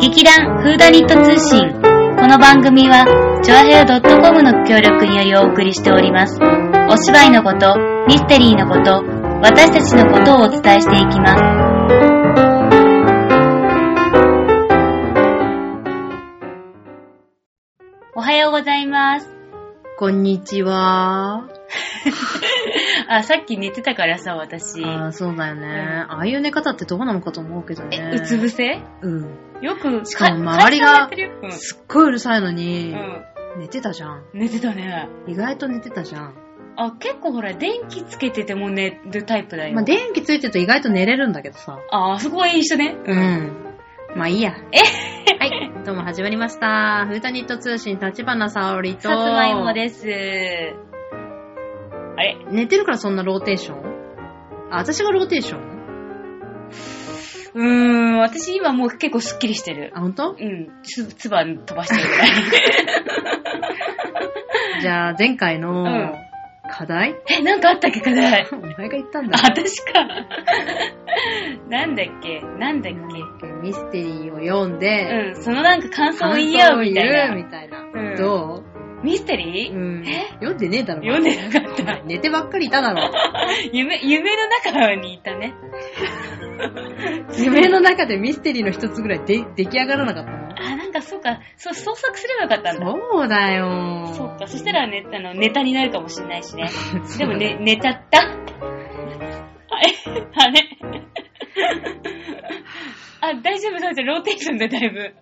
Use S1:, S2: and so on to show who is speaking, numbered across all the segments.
S1: 劇団フーダニット通信。この番組は、チョアヘア .com の協力によりお送りしております。お芝居のこと、ミステリーのこと、私たちのことをお伝えしていきます。おはようございます。
S2: こんにちは。
S1: あ、さっき寝てたからさ、私。
S2: ああ、そうだよね。ああいう寝方ってどうなのかと思うけど
S1: え、
S2: ね。
S1: うつ伏せ
S2: うん。
S1: よく、
S2: しかも周りが
S1: 会社やってるようん
S2: すっごいうるさいのに、
S1: うん
S2: 寝てたじゃん。
S1: 寝てたね。
S2: 意外と寝てたじゃん。
S1: あ、結構ほら、電気つけてても寝るタイプだよ。
S2: まあ、電気ついてると意外と寝れるんだけどさ。
S1: あ、あそこは一緒ね。
S2: うん。まあいいや。えはい。どうも始まりました。フータニット通信、立花沙織と。
S1: さつまいもです。あれ
S2: 寝てるからそんなローテーションあ、私がローテーション
S1: うーん、私今もう結構スッキリしてる。
S2: あ、ほんと
S1: うん、つ、つば飛ばしてるぐらい。
S2: じゃあ、前回の
S1: うん
S2: 課題、
S1: え、なんかあったっけ、課題。
S2: お前が言ったん
S1: あ、
S2: だ。
S1: 私か。なんだっけ、なんだっ
S2: ミステリーを読んで、
S1: け。うん、そのなんか感想を言い合うみたいな。
S2: みたいな。
S1: うん
S2: ど
S1: ミステ
S2: う、
S1: リー、
S2: うん
S1: え、
S2: 読んでねえだろ。
S1: 読んでなかった。
S2: 寝てばっかりいただろ。
S1: 夢、夢の中にいた ね。
S2: 夢の中でミステリーの一つぐらいで出来上がらなかっ
S1: あ、なんかそうか、そう、創作すればよかった
S2: た
S1: ん
S2: の
S1: だ。
S2: そうだよ。
S1: そうか、そしたらね、あの、ネタになるかもしれないしね。
S2: そう
S1: で
S2: だ
S1: も
S2: ね
S1: ね、寝ちゃった。あれあれあ、大丈夫、大丈夫、ローテーションでだいぶ。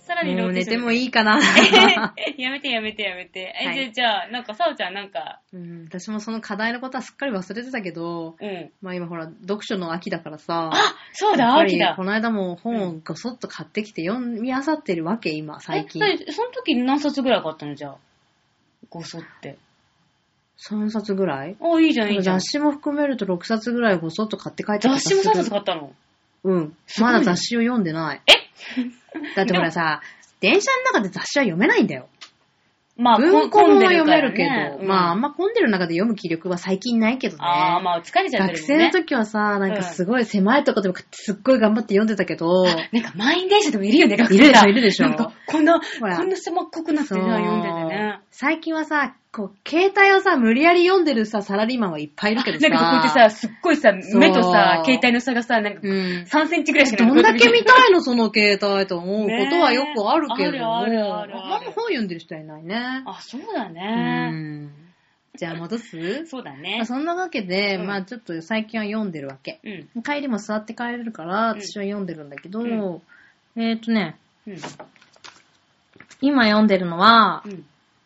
S1: さらに
S2: も
S1: ロ
S2: う
S1: ーテー
S2: 寝
S1: ショ
S2: て
S1: ン。
S2: もいいかな。
S1: やめてやめてやめて。え、
S2: はい
S1: じゃあ、じゃあ、なんか、さおちゃんなんか、
S2: うん、私もその課題のことはすっかり忘れてたけど、
S1: うん。
S2: まあ今ほら、読書の秋だからさ、
S1: あ、そう
S2: や
S1: だ、
S2: っぱり
S1: 秋だ
S2: こ。の間も本をごそっと買ってきて読み漁ってるわけ、今、最近。
S1: え、そその時何冊ぐらい買ったのじゃあ。ごそって。
S2: 3冊ぐらい
S1: あ、いいじゃん、いいじゃん
S2: 雑。誌も含めると6冊ぐらいごそっと買って帰ってきた
S1: 雑誌も3
S2: する
S1: 冊買ったの
S2: うん。
S1: すごい
S2: ま
S1: ね
S2: だ雑誌を読んでない。 だってほらさ、電車の中で雑誌は読めないんだよ。
S1: まあ、
S2: 文庫
S1: 混ん
S2: も
S1: で
S2: 読
S1: るか
S2: め
S1: ら
S2: るけど、
S1: ねうん
S2: まああんま混んでる中で読む気力は最近ないけどね。
S1: ああ、まあ、疲れちゃってる
S2: 学
S1: もん
S2: 生
S1: ね
S2: の。時はさ、なんかすごい狭いとこでもすっごい頑張って読んでた けど、
S1: なんか満員電車でもいるよね、学
S2: いる
S1: 生
S2: でし
S1: さ
S2: ょ、
S1: んなん。
S2: いるでしょ
S1: か、こんな、
S2: ほら
S1: こんな狭っこくなって
S2: そ
S1: ね、
S2: う
S1: 読んでてね。
S2: 最近はさ、こう、携帯をさ、無理やり読んでるさ、サラリーマンはいっぱいいるけどさ。
S1: なんかこうやってさ、すっごいさ、
S2: そう
S1: 目とさ、携帯の差がさ、なんか
S2: うん。
S1: 3センチぐらいしかない
S2: どんだけ見たいの、その携帯と思うことはよくあるけど
S1: ねえ
S2: も。
S1: あるあるある
S2: んま本読んでる人はいないね。
S1: あ、そうだ
S2: う
S1: ね。
S2: ん。じゃあ戻す
S1: そうだ
S2: ま
S1: ね
S2: あ。そんなわけで、
S1: うん
S2: まあちょっと最近は読んでるわけ。
S1: うん。
S2: 帰りも座って帰れるから、
S1: うん
S2: 私は読んでるんだけど、
S1: う
S2: えっ、ー、とね、
S1: うん。
S2: 今読んでるのは
S1: う、ん。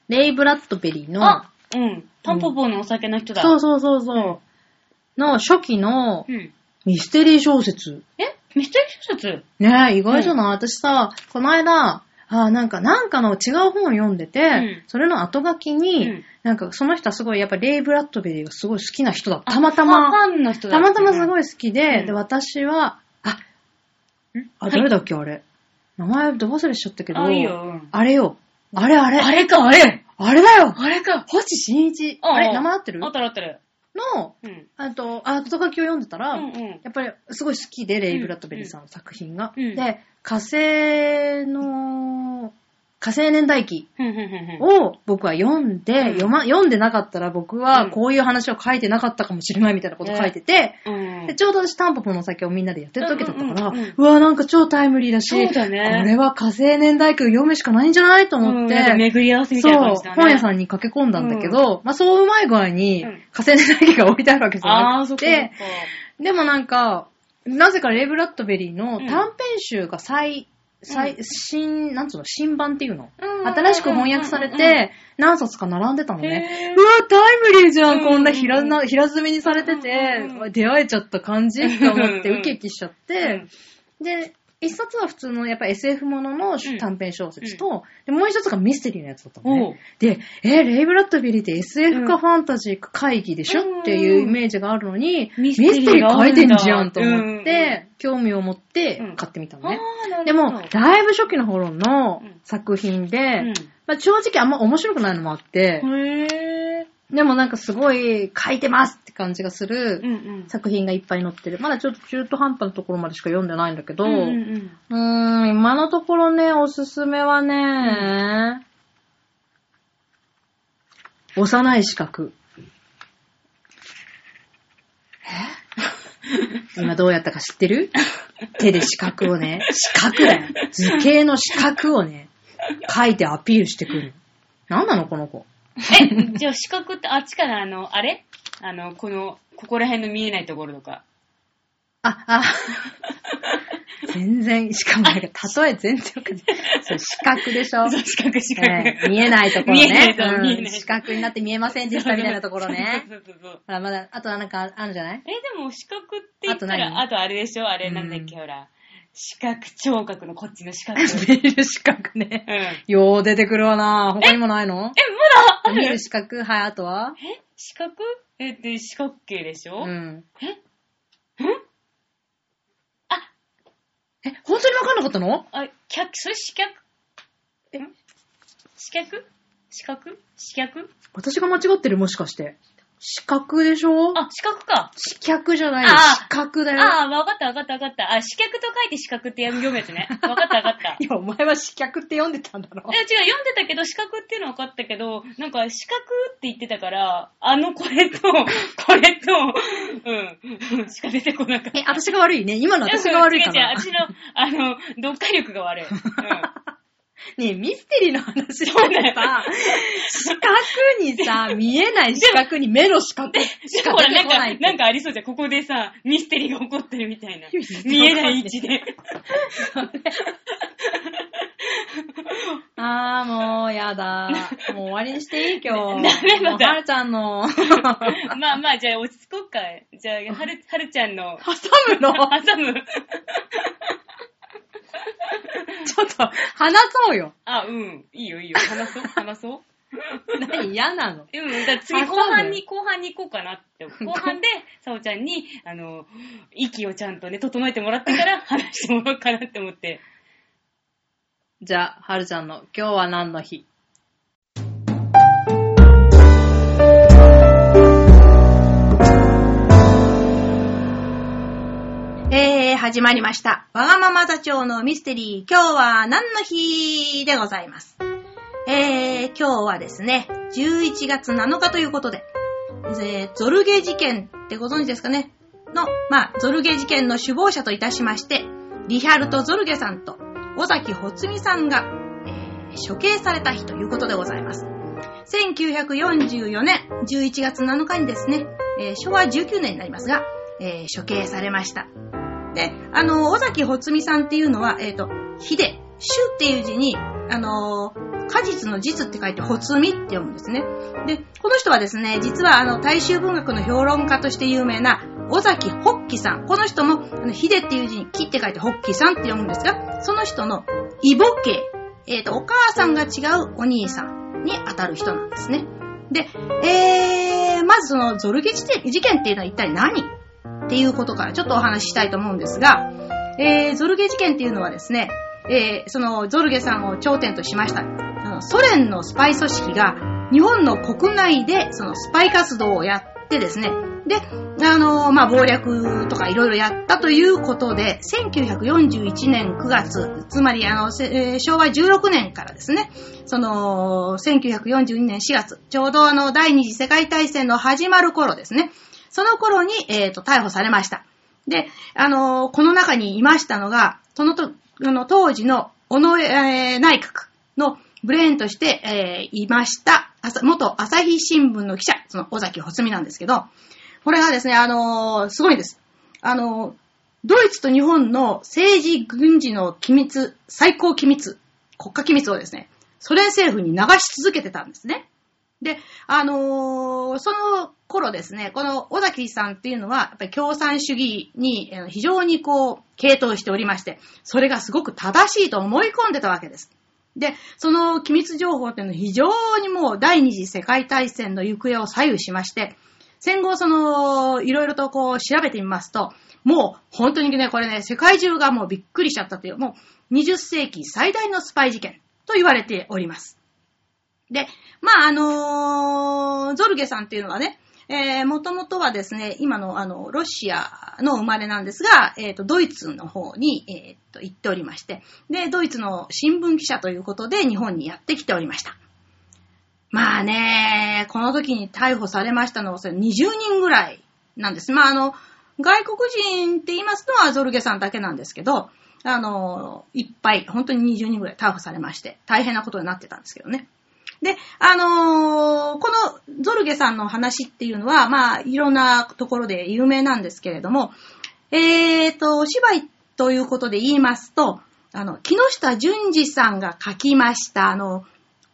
S2: レイ・ブラッドベリーの、
S1: あうん。タンポポのお酒の人だ。
S2: そうそうそうそう、の初期の
S1: うん。
S2: ミステリー小説。
S1: えミステリー小説
S2: ねえ、意外じゃない、私さ、この間、あーなんか、なんかの違う本を読んでて、
S1: ん
S2: それの後書きに、
S1: うん
S2: なんかその人はすごい、やっぱレイ・ブラッドベリーがすごい好きな人だった。たまたま。
S1: ファンの人だ
S2: たまたます
S1: い。
S2: ごい好きで、
S1: うん
S2: で、私は、あ、
S1: は
S2: あ、
S1: い
S2: 誰だっけ、あれ。名前ど忘れしちゃったけど、
S1: あ、いいよ。うん
S2: あれよ。あれあれ。
S1: あ
S2: あれ
S1: れか、あれ
S2: だよ。
S1: あれか。
S2: 星新一。
S1: うんうん
S2: あれ、名前合ってる
S1: あったるあったる。
S2: の、
S1: うん。
S2: あと、あ、後書きを読んでたら、
S1: うんうん。
S2: やっぱりすごい好きで、レイ・ブラッドベリーさんの作品が。
S1: うん
S2: で、火星の、火星年代記
S1: ふんふんふんふん
S2: を僕は読んで、
S1: うん
S2: 読ま、読んでなかったら僕
S1: う
S2: は
S1: ん
S2: こういう話を書いてなかったかもしれないみたいなこと書いてて、
S1: うん
S2: でちょうど私タンポポのお酒をみんなでやってる時だったから、
S1: う
S2: うん
S1: うんうんうん
S2: わ、なんか超タイムリーだし、
S1: そうだね
S2: これは火星年代記を読むしかないんじゃないと思っ
S1: うんなんか
S2: て、
S1: 巡り合わせみ
S2: そ
S1: たいうな感じだね。、
S2: 本屋さんに駆け込んだんだけど、まあそううまい具合に
S1: うん
S2: 火星年代記が置いてあるわけじゃ
S1: あ
S2: な
S1: あ、そっか
S2: くて、
S1: そっか。
S2: でもなんか、なぜかレイ・ブラッドベリーの
S1: うん
S2: 短編集が最、最、
S1: うん
S2: 新、なんつうの、新版っていうの、
S1: うん
S2: 新しく翻訳され
S1: うんうんうんうん
S2: て、何冊か並んでたの
S1: へ
S2: ね。う
S1: ー
S2: わ、タイムリーじゃ
S1: うん
S2: ん、
S1: うんうん
S2: こんな平な平積みにされてて
S1: うんうんう、ん
S2: 出会えちゃった感じって思って
S1: うんうん
S2: ウキウキしちゃって、で、一冊は普通のやっぱ SF ものの短編小説と、でもう一冊がミステリーのやつだったのね。
S1: おう
S2: で、えーレイ・ブラッドベリーって SF かファンタジーか会議でしょ、
S1: うん
S2: っていうイメージがあるのに、
S1: うんミ
S2: ミ
S1: ステ
S2: ス
S1: リ
S2: テ
S1: ー
S2: リ
S1: が
S2: ー
S1: あ
S2: 書
S1: る
S2: い
S1: んだ
S2: てんじゃんと思っ
S1: うん
S2: て、興味を持って
S1: うん
S2: 買ってみたの
S1: あ
S2: ね。
S1: ーなるほど
S2: でも、だいぶ初期の頃の
S1: うん
S2: 作品で、
S1: うん
S2: まあ、正直あんま面白くないのもあって、
S1: へぇ
S3: でもなんかすごい書いてますって感じがす
S1: う
S3: る
S1: んうん。
S3: 作品がいっぱい載ってる。まだちょっと中途半端なところまでしか読んでないんだけど、
S1: うんう
S3: うん
S1: うん
S3: ーん、今のところね、おすすめはね、幼い資格。え 今どうやったか知ってる手で四角をね、四角だよ。図形の四角をね、書いてアピールしてくる。なんなのこの子。
S1: え、じゃあ四角ってあっちからあの、あれあの、この、ここら辺の見えないところとか。
S3: あ、あ、 全然、しかもなんか、例え全然わかんない。そう、四角でしょ、
S1: そう四角四角。
S3: ね 見えないところ
S1: 見えない
S3: ね。
S1: とこ見え
S3: うん
S1: ない
S3: 四角になって見えませんでしたみたいなところね。
S1: そうそうそうそう。
S3: ほら、まだ、あとはなんかあるんじゃ ない
S1: え、でも四角って言った
S3: あと
S1: ら、
S3: 何
S1: あとあれでしょあれなんだっけ、
S3: うん
S1: ほら。四角、聴覚のこっちの四角。うん。
S3: 見る四角ね。
S1: え、
S3: よう出てくるわな他にもないの
S1: まだあ
S3: 見
S1: る
S3: る四角はい、あとは
S1: え四角え、で、四角形でしょ、
S3: うん。
S1: えん
S3: え、本当にわかんなかったの
S1: あ、客、それ四角
S3: え
S1: ん四角四角四角
S3: 私が間違ってるもしかして。四角でしょ
S1: あ、四角か。
S3: 四角じゃない
S1: あ
S3: よ。
S1: ー
S3: 四角だよ。
S1: ああ、わかったわかったわかった。あ、四角と書いて四角って読むやつね。わかったわか った。
S3: いや、お前は四角って読んでたんだろ
S1: え、違う、読んでたけど、四角っていうのは分かったけど、なんか、四角って言ってたから、あのこれと、これと、うん、しか出てこなかった。
S3: え、私が悪いね。今の私が悪いか
S1: や
S3: な。
S1: 違う違う、私の、あの、読解力が 悪い。うん。
S3: ねえ、ミステリーの話だ
S1: そうだ
S3: て
S1: よ
S3: さ、四角にさ、見えない四角に目の四角し
S1: で
S3: か
S1: もほら、
S3: 出
S1: な
S3: て
S1: ん
S3: こな
S1: か、
S3: い。
S1: なんかありそうじゃん。ここでさ、ミステリーが起こってるみた いな。見えない位置で。
S3: あー、もう、やだ。もう終わりにしていい今 日。
S1: ダ
S3: も
S1: メだ
S3: うはるちゃんの、 挟
S1: まあまあ、じゃあ落ち着こうか。じ ゃあ、はる、はるちゃんの、
S3: むの、
S1: 挟む。
S3: ちょっと、話そうよ。
S1: あ、うん。いいよいいよ。話そう話そう。
S3: 何嫌なの
S1: うん、だから次
S3: あそ
S1: 後
S3: うなの
S1: 半に、後半に行こうかな って。後半で、さおちゃんに、あの、息をちゃんとね、整えてもらってから話してもらおうかなって思って。
S3: じゃあ、はるちゃんの、今日は何の日
S2: えー、始まりました。わがまま座長のミステリー、今日は何の日でございます。えー、今日はですね、11月7日ということで、えーゾルゲ事件ってご存知ですかねの、まあ、ゾルゲ事件の首謀者といたしまして、リヒャルト・ゾルゲさんと尾崎ほつみさんが、えー処刑された日ということでございます。1944年11月7日にですね、えー昭和19年になりますが、えー処刑されました。で、あの、尾崎ほつみさんっていうのは、えっ、と、ひで、しゅっていう字に、あのー果実の実って書いて、ほつみって読むんですね。で、この人はですね、実はあの、大衆文学の評論家として有名な、尾崎ほっきさん。この人も、あの、ひでっていう字に、きって書いて、ほっきさんって読むんですが、その人の、いぼけ、えっ、と、お母さんが違うお兄さんに当たる人なんですね。で、えー、まずその、ゾルゲ事件事件っていうのは一体何っていうことからちょっとお話ししたいと思うんですが、えー、ゾルゲ事件っていうのはですね、えー、そのゾルゲさんを頂点としました、あのソ連のスパイ組織が日本の国内でそのスパイ活動をやってですね、で、あのーまあ、謀略とかいろいろやったということで、1941年9月、つまりあの、せえー昭和16年からですね、その、1942年4月、ちょうどあの、第二次世界大戦の始まる頃ですね、その頃に、えーと、逮捕されました。で、あのーこの中にいましたのが、そのと、あの、当時の、小野、えー内閣のブレーンとして、えーいました、朝元朝日新聞の記者、その、尾崎ほつみなんですけど、これがですね、あのーすごいんです。あのードイツと日本の政治、軍事の機密、最高機密、国家機密をですね、ソ連政府に流し続けてたんですね。で、あのーその頃ですね、この尾崎さんっていうのは、やっぱり共産主義にえー非常にこう、傾倒しておりまして、それがすごく正しいと思い込んでたわけです。で、その機密情報っていうのは非常にもう第二次世界大戦の行方を左右しまして、戦後その、いろいろとこう調べてみますと、もう本当にね、これね、世界中がもうびっくりしちゃったという、もう20世紀最大のスパイ事件と言われております。で、まあ、あのーゾルゲさんっていうのはね、えー、もともとはですね、今の、あの、ロシアの生まれなんですが、えっ、と、ドイツの方に、えっ、と、行っておりまして、で、ドイツの新聞記者ということで、日本にやってきておりました。まあね、この時に逮捕されましたのは、それ20人ぐらいなんです。まあ、あの、外国人って言いますのはゾルゲさんだけなんですけど、あの、いっぱい、本当に20人ぐらい逮捕されまして、大変なことになってたんですけどね。で、あのーこのゾルゲさんの話っていうのは、まあ、いろんなところで有名なんですけれども、えーと、お芝居ということで言いますと、あの、木下淳二さんが書きました、あの、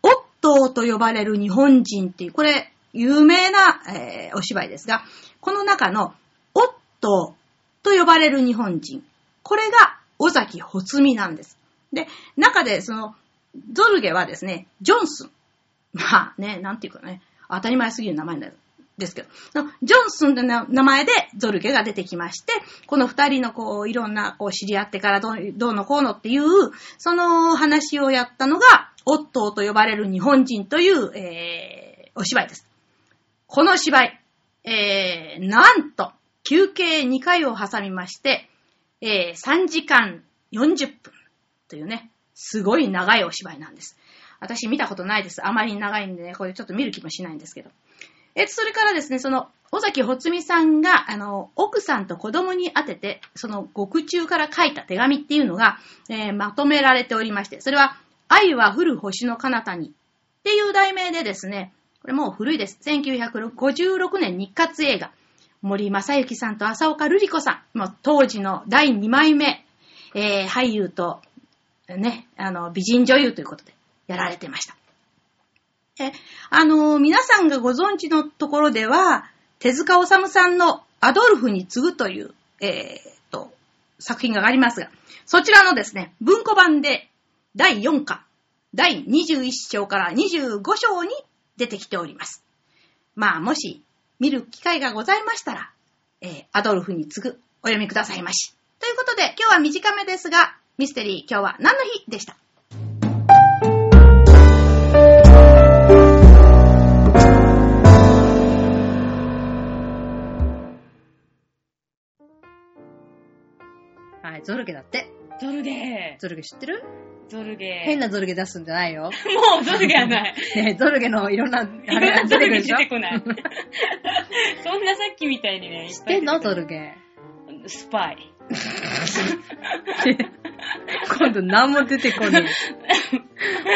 S2: オットーと呼ばれる日本人っていう、これ、有名な、えーお芝居ですが、この中の、オットーと呼ばれる日本人。これが、尾崎ほつみなんです。で、中で、その、ゾルゲはですね、ジョンスン。まあね、なんていうかね、当たり前すぎる名前なんですけど、そのジョンスンの名前でゾルゲが出てきまして、この二人のこう、いろんなこう、知り合ってからどうどうのこうのっていう、その話をやったのが、オットーと呼ばれる日本人という、えー、お芝居です。この芝居、えー、なんと、休憩2回を挟みまして、えー、3時間40分というね、すごい長いお芝居なんです。私見たことないです。あまり長いんでね、これちょっと見る気もしないんですけど。えっと、それからですね、その、尾崎ほつみさんが、あの、奥さんと子供に宛てて、その獄中から書いた手紙っていうのが、えーまとめられておりまして、それは、愛は降る星の彼方にっていう題名でですね、これもう古いです。1956年日活映画、森正幸さんと浅岡瑠璃子さん、もう当時の第2枚目、えー俳優と、ね、あの、美人女優ということで、やられてました。え、あのー皆さんがご存知のところでは、手塚治虫さんのアドルフに次ぐという、えーっと、作品がありますが、そちらのですね、文庫版で第4巻、第21章から25章に出てきております。まあ、もし見る機会がございましたら、えーアドルフに次ぐお読みくださいまし。ということで、今日は短めですが、ミステリー今日は何の日でした。
S4: はい、ゾルゲだって。
S1: ゾルゲ
S4: ゾルゲ知ってる
S1: ー。ゾルゲー。
S4: 変なゾルゲ出すんじゃない よ。
S1: もうゾルゲはない。
S4: ねゾルゲのいろんな、あ
S1: いろんな
S4: れ出て
S1: ゾル
S4: くる
S1: ゲ
S4: でし
S1: 出
S4: ょ
S1: て こない。そんなさっきみたいにね、い
S4: 知っ
S1: ぱい
S4: てんの
S1: 出
S4: ゾ
S1: く
S4: ルゲ。
S1: るスパイ。
S4: 今度何も出てこね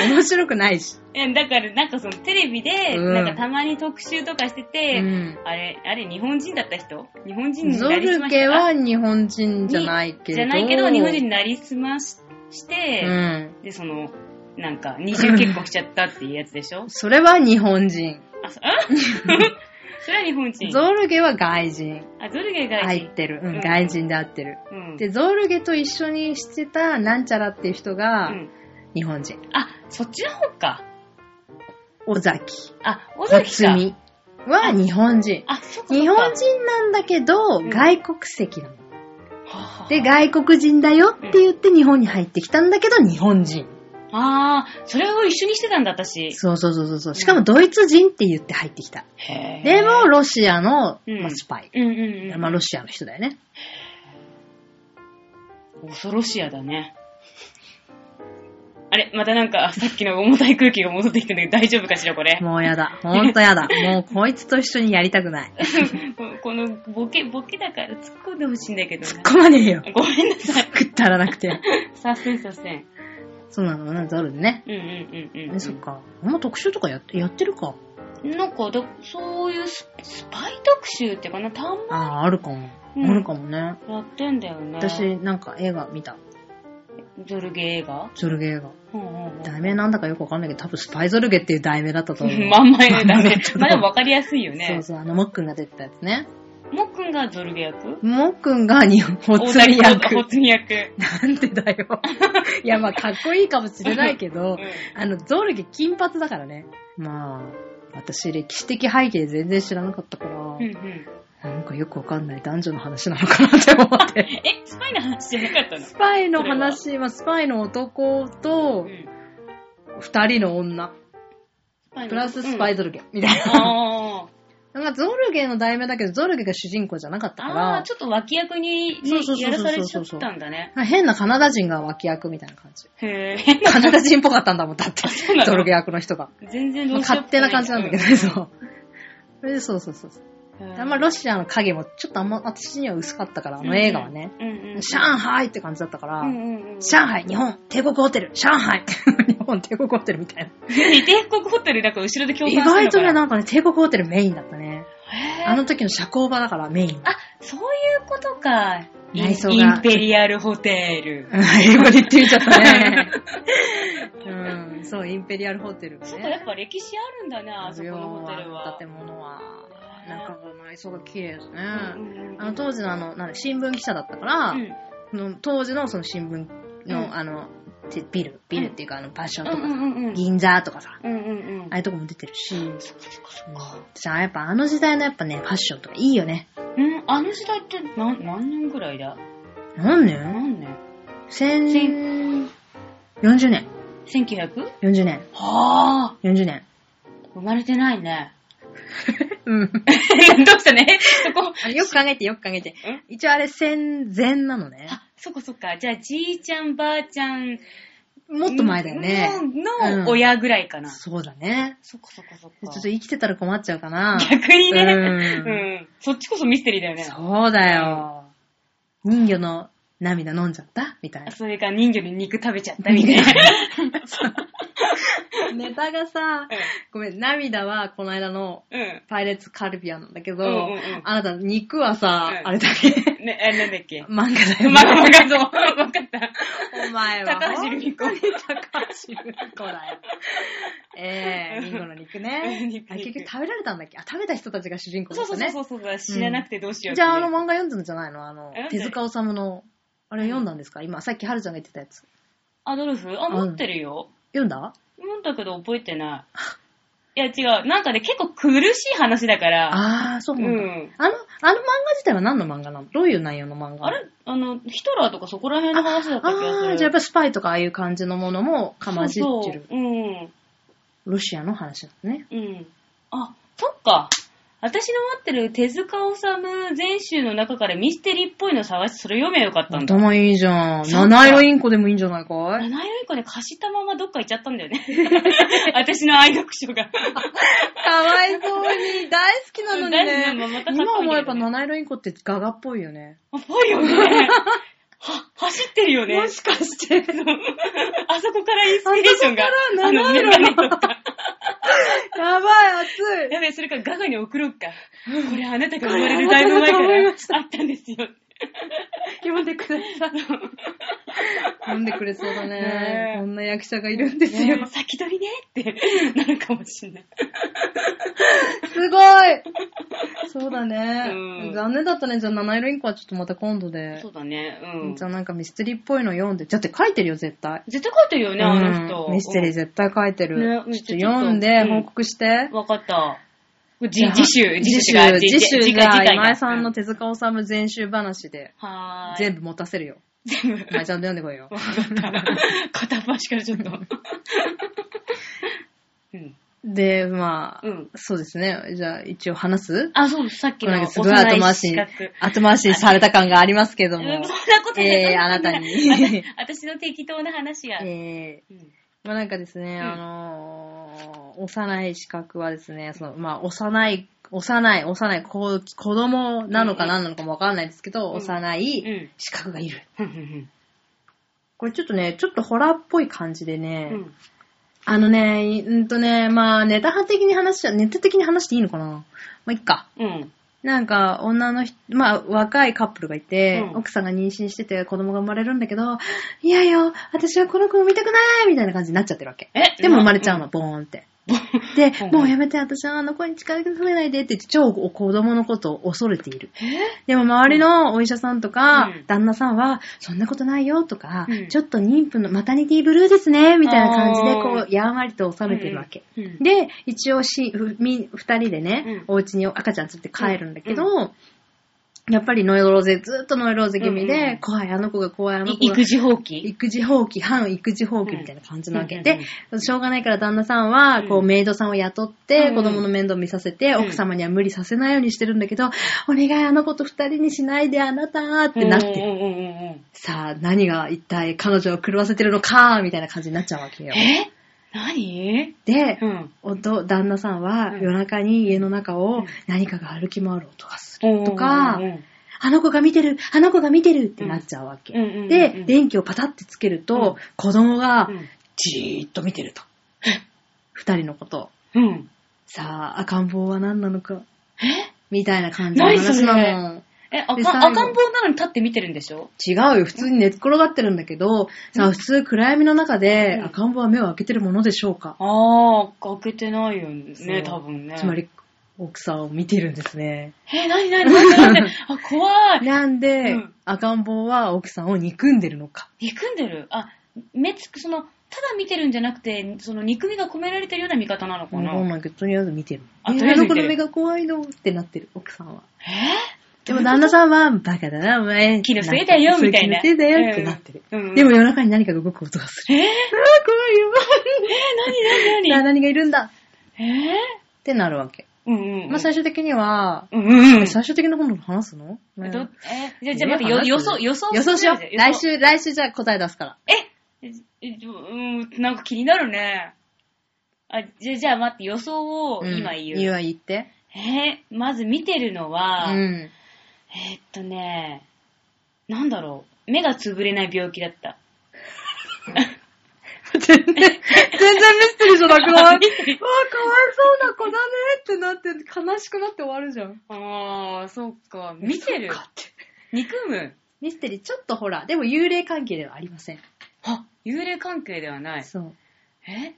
S4: え。面白くないし。
S1: え、だからなんかそのテレビで、
S4: うん
S1: なんかたまに特集とかして
S4: う
S1: て、
S4: ん。
S1: あれ、あれ日本人だった人日本人に
S4: ゾ
S1: なりす
S4: ル
S1: ました
S4: ゲは日本人じゃないけど。
S1: じゃないけど、日本人になりすましして、
S4: うん。
S1: で、その、なんか、二重結婚しちゃったっていうやつでしょ
S4: それは日本人。
S1: あ、そ、あそれは日本人。
S4: ゾルゲは外人。
S1: あ、ゾルゲが
S4: 入
S1: 外
S4: ってる。う、
S1: うんん
S4: 外人で合ってる。
S1: 人。うん。
S4: で、ゾルゲと一緒にしてたなんちゃらっていう人
S1: う
S4: が
S1: ん。
S4: 日本人。
S1: あ、そっちの方か。
S4: 尾崎。
S1: あ、尾
S4: 辰
S1: 崎か。
S4: 巳は日本人。
S1: あ、そっか。
S4: 日本人なんだけど、
S1: ん
S4: 外国籍なの。で、
S1: で、
S4: 外国人だよって言って日本に入ってきたんだけど、日本人。
S1: あー、それを一緒にしてたんだ、私。
S4: そうそうそうそうそう。しかもドイツ人って言って入ってきた。
S1: へー
S4: でも、、ロシアの、
S1: うん
S4: まあ、スパイ。
S1: うんうんうん。
S4: まあ、ロシアの人だよね。
S1: 恐ろしやだね。あれ、またなんか、さっきの重たい空気が戻ってきてるんだけど大丈夫かしら、これ。
S4: もうやだ。ほんと やだ。もうこいつと一緒にやりたくない。
S1: このボケ、ボケだから突っ込んでほしいんだけど
S4: 突っ込まねえよ。
S1: な。ごめんなさい。
S4: くったらなくて。
S1: させんさせん。
S4: そうなのな、ゾルでね。
S1: うんうんうんうん、
S4: ねそっか。あんま特集とかやってやってるか。
S1: なんかだ、そういうススパイ特集っていうかな、たん
S4: ああ、あるかも。
S1: うん
S4: あるかもね。
S1: やってんだよね。、
S4: 私、なんか映画見た。
S1: ゾルゲ映画
S4: ゾルゲ映画。
S1: うんうんうん。
S4: 題名なんだかよくわかんないけど、多分スパイゾルゲっていう題名だったと思う。
S1: まんまやね、だね
S4: ちょっと。
S1: まあでも分かりやすいよ
S4: そう
S1: ね。
S4: そう、あの、もっくんが出てたやつね。
S1: もっくんがゾルゲ役
S4: もっくんが日本、ほつり
S1: 大
S4: 役
S1: 谷。ほつみ役。
S4: なんでだよ。 いや、まあ、かっこいいかもしれないけど、あの、ゾルゲ金髪だからね。まあ、私、歴史的背景全然知らなかったから
S1: うんう、んうん
S4: なんかよくわかんない男女の話なのかなって思って。
S1: え、スパイの話じゃなかったの
S4: スパイの話は、スパイの男と
S1: う、ん
S4: 二人の女。
S1: パイの
S2: プラススパイゾルゲ、みたいな。
S1: あー
S2: なんかゾルゲの題名だけど、ゾルゲが主人公じゃなかったか
S1: あー、
S2: ら、
S1: ちょっと脇役にね
S2: そうそうそ
S1: や
S2: う
S1: ら
S2: そうそう
S1: されちゃったんだね。
S2: 変なカナダ人が脇役みたいな感じ。
S1: へえ。
S2: カナダ人っぽかったんだもん、だって
S1: そうな。の
S2: ゾルゲ役の人が。
S1: 全然
S2: まあ
S1: ロシアっ
S2: 勝
S1: ぽい
S2: 手な感じなんだけどね、そう。それで、そうそうそうそう。
S1: うん。
S2: あんまロシアの影もちょっとあんま私には薄かったから、あの映画はね。
S1: うんうんうん。
S2: 上海って感じだったから、
S1: うんうん。シャ
S2: 上海、日本、帝国ホテル、上海、 日本、帝国ホテルみたいな。
S1: 帝国ホテルなんか後ろで共
S2: 意
S1: 感して
S2: 外
S1: る
S2: と
S1: か
S2: ね、
S1: ら。
S2: なんかね、帝国ホテルメインだったね。
S1: へー
S2: あの時の社交場だからメイン。
S1: あ、そういうことか。イン
S2: 内装が
S1: インペリアルホテル。
S2: 英語で言ってみちゃったね。 うん、そう、インペリアルホテルが
S1: そうか、や
S2: ね。
S1: っぱ歴史あるんだね、あそこのホテルは。
S2: 建物は、
S1: ね
S2: 中が内装が綺麗です
S1: う
S2: ね。
S1: ん
S2: あの当時のあの、なんだ新聞記者だったから、
S1: うん
S2: その当時のその新聞の、
S1: うん
S2: あの、てビル、ビルっていうかあの、パッションとかさ、
S1: うんうんうんうん
S2: 銀座とかさ、
S1: うんうんうん
S2: ああいうとこも出てるし、うん
S1: か
S2: じゃあやっぱあの時代のやっぱね、ファッションとかいいよね。
S1: うん、あの時代って何何年ぐらいだ
S2: なんね
S1: 何年
S2: 千、
S1: 千
S2: 40年、
S1: 1900?
S2: 40年、
S1: はあ、
S2: 40年。
S1: 生まれてないね。
S2: う ん。
S1: どうしたねそこ。
S2: あれよく考えてよく考えて
S1: ん。
S2: 一応あれ戦前なのね。
S1: あ、そこそっか。じゃあ、じいちゃん、ばあちゃん。
S2: もっと前だよね。
S1: の、
S2: うん
S1: の親ぐらいかな。
S2: そうだね。
S1: そこそこそ
S2: ちょ
S1: こ
S2: っと。生きてたら困っちゃうかな。
S1: 逆にね、
S2: う
S1: うんん、そっちこそミステリーだよね。
S2: そうだよ。人魚の涙飲んじゃったみたいな。
S1: それから人魚に肉食べちゃったみたいな。
S2: ネタがさ、ごめん、涙はこの間の
S1: うん。
S2: パイレーツカルビアなんだけど、
S1: うんうんうん
S2: あなた肉はさ、
S1: うん
S2: あれだ け、
S1: ね、え、なんだっけ。
S2: 漫画だよ、
S1: まあ、わかった。わかった。
S2: お前は。
S1: 高橋留美子
S2: 本当に高橋留美子だよ。ええー、リンゴの肉ね。
S1: 肉
S2: あ結局食べられたんだっけあ、食べた人たちが主人公だ
S1: そうそ
S2: った
S1: う
S2: ね。
S1: そうそうそう。知らなくてどうしようって
S2: じ
S1: いう
S2: ゃああの漫画読んでんじゃないのあの
S1: え、
S2: 手塚治虫の、あれ読んだんですか今、さっき春ちゃんが言ってたやつ。
S1: アドルフあ、
S2: うん
S1: 持ってるよ。
S2: 読んだ
S1: 持ったけど覚えてない。いや、違う。なんかね、結構苦しい話だから。あ
S2: あー、そうなんだ。
S1: うん
S2: あの、あの漫画自体は何の漫画なのどういう内容の漫画
S1: れあの、ヒトラーとかそこら辺の話だった気がする。
S2: あーじゃあやっぱスパイとかああいう感じのものもかまじってる。
S1: そうそううん。
S2: ロシアの話だね。
S1: うん。あ、そっか。私の持ってる手塚治虫全集の中からミステリーっぽいの探して、それ読めばよかったんだ。
S2: 頭いいじゃん。
S1: そっか
S2: 七色インコでもいいんじ ゃないかい
S1: 七色以降ね、貸したままどっか行っちゃったんだよね。 私の愛読書 が。
S2: かわいそうに、大好き
S1: なのにね大好きなのまたかっこいいんだけど
S2: 今思えば七色インコってガガっぽいよね。
S1: っぽいよね。は、走ってるよね。
S2: もしかして、
S1: あのあそこからインスピレーションが
S2: あ。そこから
S1: あの、
S2: 七
S1: メ
S2: 色
S1: ガネとか。
S2: やばい、熱い。
S1: やべえ、それからガガに送ろう か。これあなたが生まれるだいぶ前からあったんですよ。
S2: 読んでください。 読んでくれそうだね。こんな役者がいるんですよ。
S1: ね先取りねって なるかもしんない。
S2: すご いそうだ
S1: う
S2: ね。
S1: ん
S2: 残念だったね。じゃあ七色インコはちょっとまた今度で
S1: そ。うだね。うん。
S2: じゃあなんかミステリーっぽいの読んで。だって書いてるよ、絶対。
S1: 絶対書いてるよね、あの
S2: う
S1: 人。
S2: んミステリー絶対書いてる。
S1: ね
S2: ちょっと読んで
S1: ちょっとう
S2: 報
S1: ん
S2: 告して。
S1: わかった。じ、次週、
S2: 次
S1: 次週が、
S2: 週、次週じゃあ、今井さん。の
S1: 次回
S2: 手塚治虫全集話で、
S1: うんはーい。
S2: 全部持たせるよ。
S1: 全部。
S2: 今井ちゃんと読んでこいよ。
S1: わか った。片っ端からちょっと。うん。
S2: で、まあ
S1: うん、
S2: そうですね。じゃあ、一応話す
S1: あ、そう、さっきの
S2: な
S1: 幼
S2: ん
S1: い
S2: かすごい後回し
S1: 資
S2: に
S1: 格。、
S2: 後回しにされた感がありますけど
S1: うん
S2: も
S1: そん。なことない
S2: えーあなたに。
S1: 私の適当な話が。
S2: えー
S1: うん
S2: まあなんかですね、
S1: ん
S2: あのー幼い資格はですね、その、まあ、幼い、幼い、幼い子、子供なのか何なのかもわからないですけど、
S1: うん
S2: 幼
S1: うん
S2: い資格がいる。
S1: うん。
S2: これちょっとね、ちょっとホラーっぽい感じでね、
S1: うん
S2: あのね、うんとね、まあ、ネタ派的に話しちゃ、ネタ的に話していいのかなまあ、いっか。
S1: うん。
S2: なんか、女の人、まあ、若いカップルがいて、
S1: うん
S2: 奥さんが妊娠してて子供が生まれるんだけど、いやよ、私はこの子を見たくないみたいな感じになっちゃってるわけ。
S1: え
S2: でも生まれちゃうの、ボーンって。で
S1: う、ん
S2: もうやめて、私はあの子に力が増えないでって言って、超子供のことを恐れている。でも周りのお医者さんとか、
S1: うん
S2: 旦那さんは、そんなことないよとか、
S1: うん
S2: ちょっと妊婦のマタニティブルーですね、みたいな感じで、
S1: あー
S2: こう、やんわりと収めてるわけ。
S1: うんうん
S2: で、一応し、ふみ、二人でね、
S1: うん
S2: お家に赤ちゃん連れて帰るんだけど、やっぱりノイローゼ、ずっとノイローゼ気味で、
S1: うんうん
S2: 怖い、あの子が怖い、あの
S1: い
S2: 子が
S1: 育。児放棄
S2: 育児放棄、反育児放棄みたいな感じなわけで
S1: うんうん、
S2: しょうがないから旦那さんは、
S1: う
S2: こう、
S1: ん
S2: メイドさんを雇っ
S1: う
S2: て、
S1: ん
S2: 子供の面倒見させて、
S1: うん
S2: 奥様には無理させないようにしてるんだけど、お願い、あの子と二人にしないで、あなたってなって
S1: うんうんう
S2: る。
S1: んうん
S2: さあ、何が一体彼女を狂わせてるのか、みたいな感じになっちゃうわけよ。
S1: え何
S2: で、
S1: うん。
S2: おと旦那さんは
S1: うん
S2: 夜中に家の中
S1: う
S2: を
S1: ん
S2: 何かが歩き回る音がするとか
S1: うんう、ん
S2: あの子が見てる、あの子が見てるってなっちゃうわけ。
S1: うんうんうんうん
S2: で、電気をパタってつけると、子供が
S1: うん
S2: じーっと見てると。二人のことを。
S1: うん。
S2: さあ、赤ん坊は何なのか。
S1: え
S2: みたいな感じの話なの。
S1: え、赤
S2: で最後
S1: 赤ん坊なのに立って見てるんでしょ
S2: 違うよ。普通に寝っ転がってるんだけど、さあ、普通暗闇の中で
S1: うん
S2: 赤ん坊は目を開けてるものでしょうか。
S1: ああ、開けてないよね、
S2: そう
S1: 多分ね。
S2: つまり、奥さんを見てるんですね。
S1: え、なになになになにあ、怖い。
S2: なんで、
S1: うん
S2: 赤ん坊は奥さんを憎んでるのか。
S1: 憎んでるあ、目つく、その、ただ見てるんじゃなくて、その憎みが込められてるような見方なのか
S2: わ
S1: な。
S2: かんないけど、とりあえず見てる。
S1: あ
S2: え
S1: とりあえず
S2: の
S1: 見
S2: 子
S1: てる
S2: の目が怖いのってなってる、奥さんは。
S1: え
S2: でも旦那さんは、バカだな、お前。
S1: 気のせいだよみたいな
S2: そう気のせいだよってなってる。
S1: うんうん
S2: でも夜中に何かが動く音がする。
S1: えー、え
S2: あー怖いよ。
S1: 何何
S2: さあ
S1: 何
S2: 何がいるんだ
S1: え
S2: ってなるわけ。
S1: ー、うんうん。
S2: まあ最終的には、
S1: うんうんうん。
S2: 最終的なこと話すの
S1: え
S2: ね
S1: どえ、じゃあ、じゃあ待って、よ
S2: ね
S1: 予想、予想
S2: 予想しよう。
S1: 予想
S2: 来週、来週じゃあ答え出すから。
S1: え、えでもうーん、なんか気になるね。あ、じゃあ、じゃあ待って、予想を
S2: うん
S1: 今言う。
S2: 言うわ、言って。
S1: えーまず見てるの
S2: う
S1: は、
S2: ん。
S1: えーっとね、なんだろう。目がつぶれない病気だった。
S2: 全然、全然ミステリーじゃなくないわあ、かわい
S1: ミステリー
S2: そうな子だねってなって、悲しくなって終わるじゃん。
S1: あー、そっか。見てる。憎む。
S2: ミステリー、ちょっとほら、でも幽霊関係ではありません。
S1: あ、幽霊関係ではない。
S2: そう。
S1: え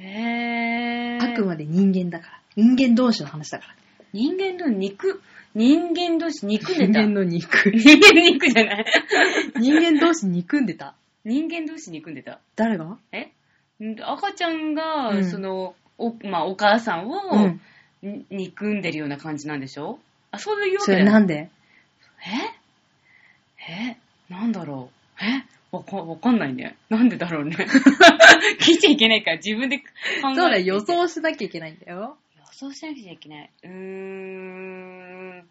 S1: えー。
S2: あくまで人間だから。人間同士の話だから。
S1: 人間の肉、人間同士憎んで
S2: 人
S1: た。
S2: 間の肉。
S1: 人間肉じゃない。
S2: 人間同士憎んでた。
S1: 人間同士憎んでた。
S2: 誰が
S1: えん赤ちゃんが、
S2: うん
S1: その、お、まあ、お母さんを、
S2: うん
S1: に憎んでるような感じなんでしょあ、そういうわ
S2: そ
S1: け
S2: れ
S1: じゃない
S2: なんで
S1: ええなんだろうえわか、わかんないね。なんでだ ろうね。聞いちゃいけないから、自分で考えて
S2: そうだ、予。想しなきゃいけないんだよ。
S1: 予想しなきゃいけない。うーん。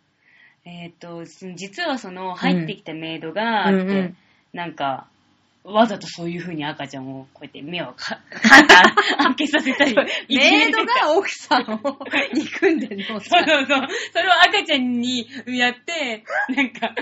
S1: えっ、と、その実はその、入ってきたメイドが、
S2: うんうんうん
S1: ってなんか、わざとそういう風に赤ちゃんをこうやって目をか、かか開けさせたり。
S2: メイドが奥さんを憎んでるの。
S1: そうそうそう。それを赤ちゃんにやって、なんか、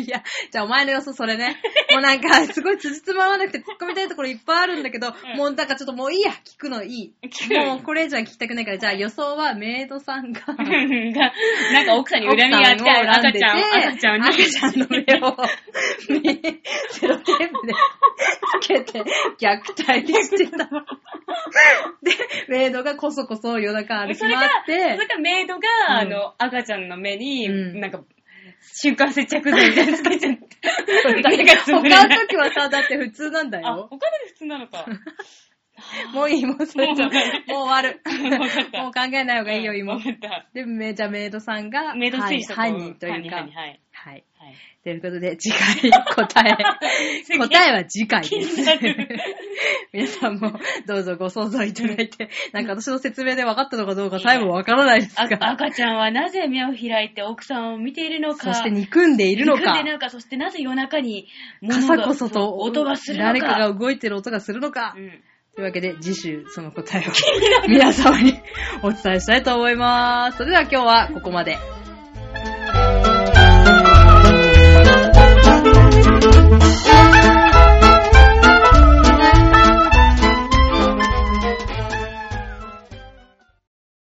S2: いや、じゃあお前の予想それね。もうなんか、すごいつじつまわなくて突っ込みたいところいっぱいあるんだけど、
S1: ん
S2: もうなんかちょっともういいや、聞くのい
S1: 聞
S2: い。
S1: く
S2: もうこれ以上は聞きたくないから、じゃあ予想はメイドさ んが、
S1: が、なんか奥さんに恨みがあって、赤ちゃん、赤ちゃんに。
S2: 赤ちゃんの目を、セロテープでつけて、虐待してた。で、メイドがこそこそ夜中歩き
S1: それ
S2: 回
S1: が
S2: っ、
S1: それ
S2: て、
S1: がメイドが、あの、赤ちゃんの目に、
S2: うん
S1: なんか、瞬間接着剤みたいなのつけちゃって。 目がつ
S2: 他
S1: ぶれない
S2: の時はさ、だって普通なんだ
S1: あ、
S2: よ
S1: お。金で普通なのか。
S2: もういい、もうそれ
S1: もう
S2: も
S1: わ
S2: う
S1: かんない
S2: 終わる。
S1: わかった
S2: もう考えない方がいいよ、
S1: わ
S2: 今。
S1: かった。
S2: で、めじゃあメイドさんが、
S1: メイド
S2: はい
S1: 推奨
S2: 犯人というか、
S1: はいはい
S2: はい。
S1: はい。。
S2: ということで、次回答 え
S1: すげえ
S2: 答えは次回
S1: 気
S2: で
S1: に
S2: す
S1: な。る。
S2: 皆さんもどうぞご想像いただいて、なんか私の説明で分かったのかどうか
S1: いいね
S2: 最後分からないです
S1: あ
S2: が、
S1: 赤ちゃんはなぜ目を開いて奥さんを見ているのか。
S2: そして憎んでいるの
S1: 憎ん
S2: か
S1: で、なんか、そしてなぜ夜中に、
S2: 傘こそと
S1: 音がするのか。
S2: 誰かが動いてる音がするのか
S1: う、ん。
S2: というわけで次週そ の答えを皆様にお伝えしたいと思います。それでは今日はここまで。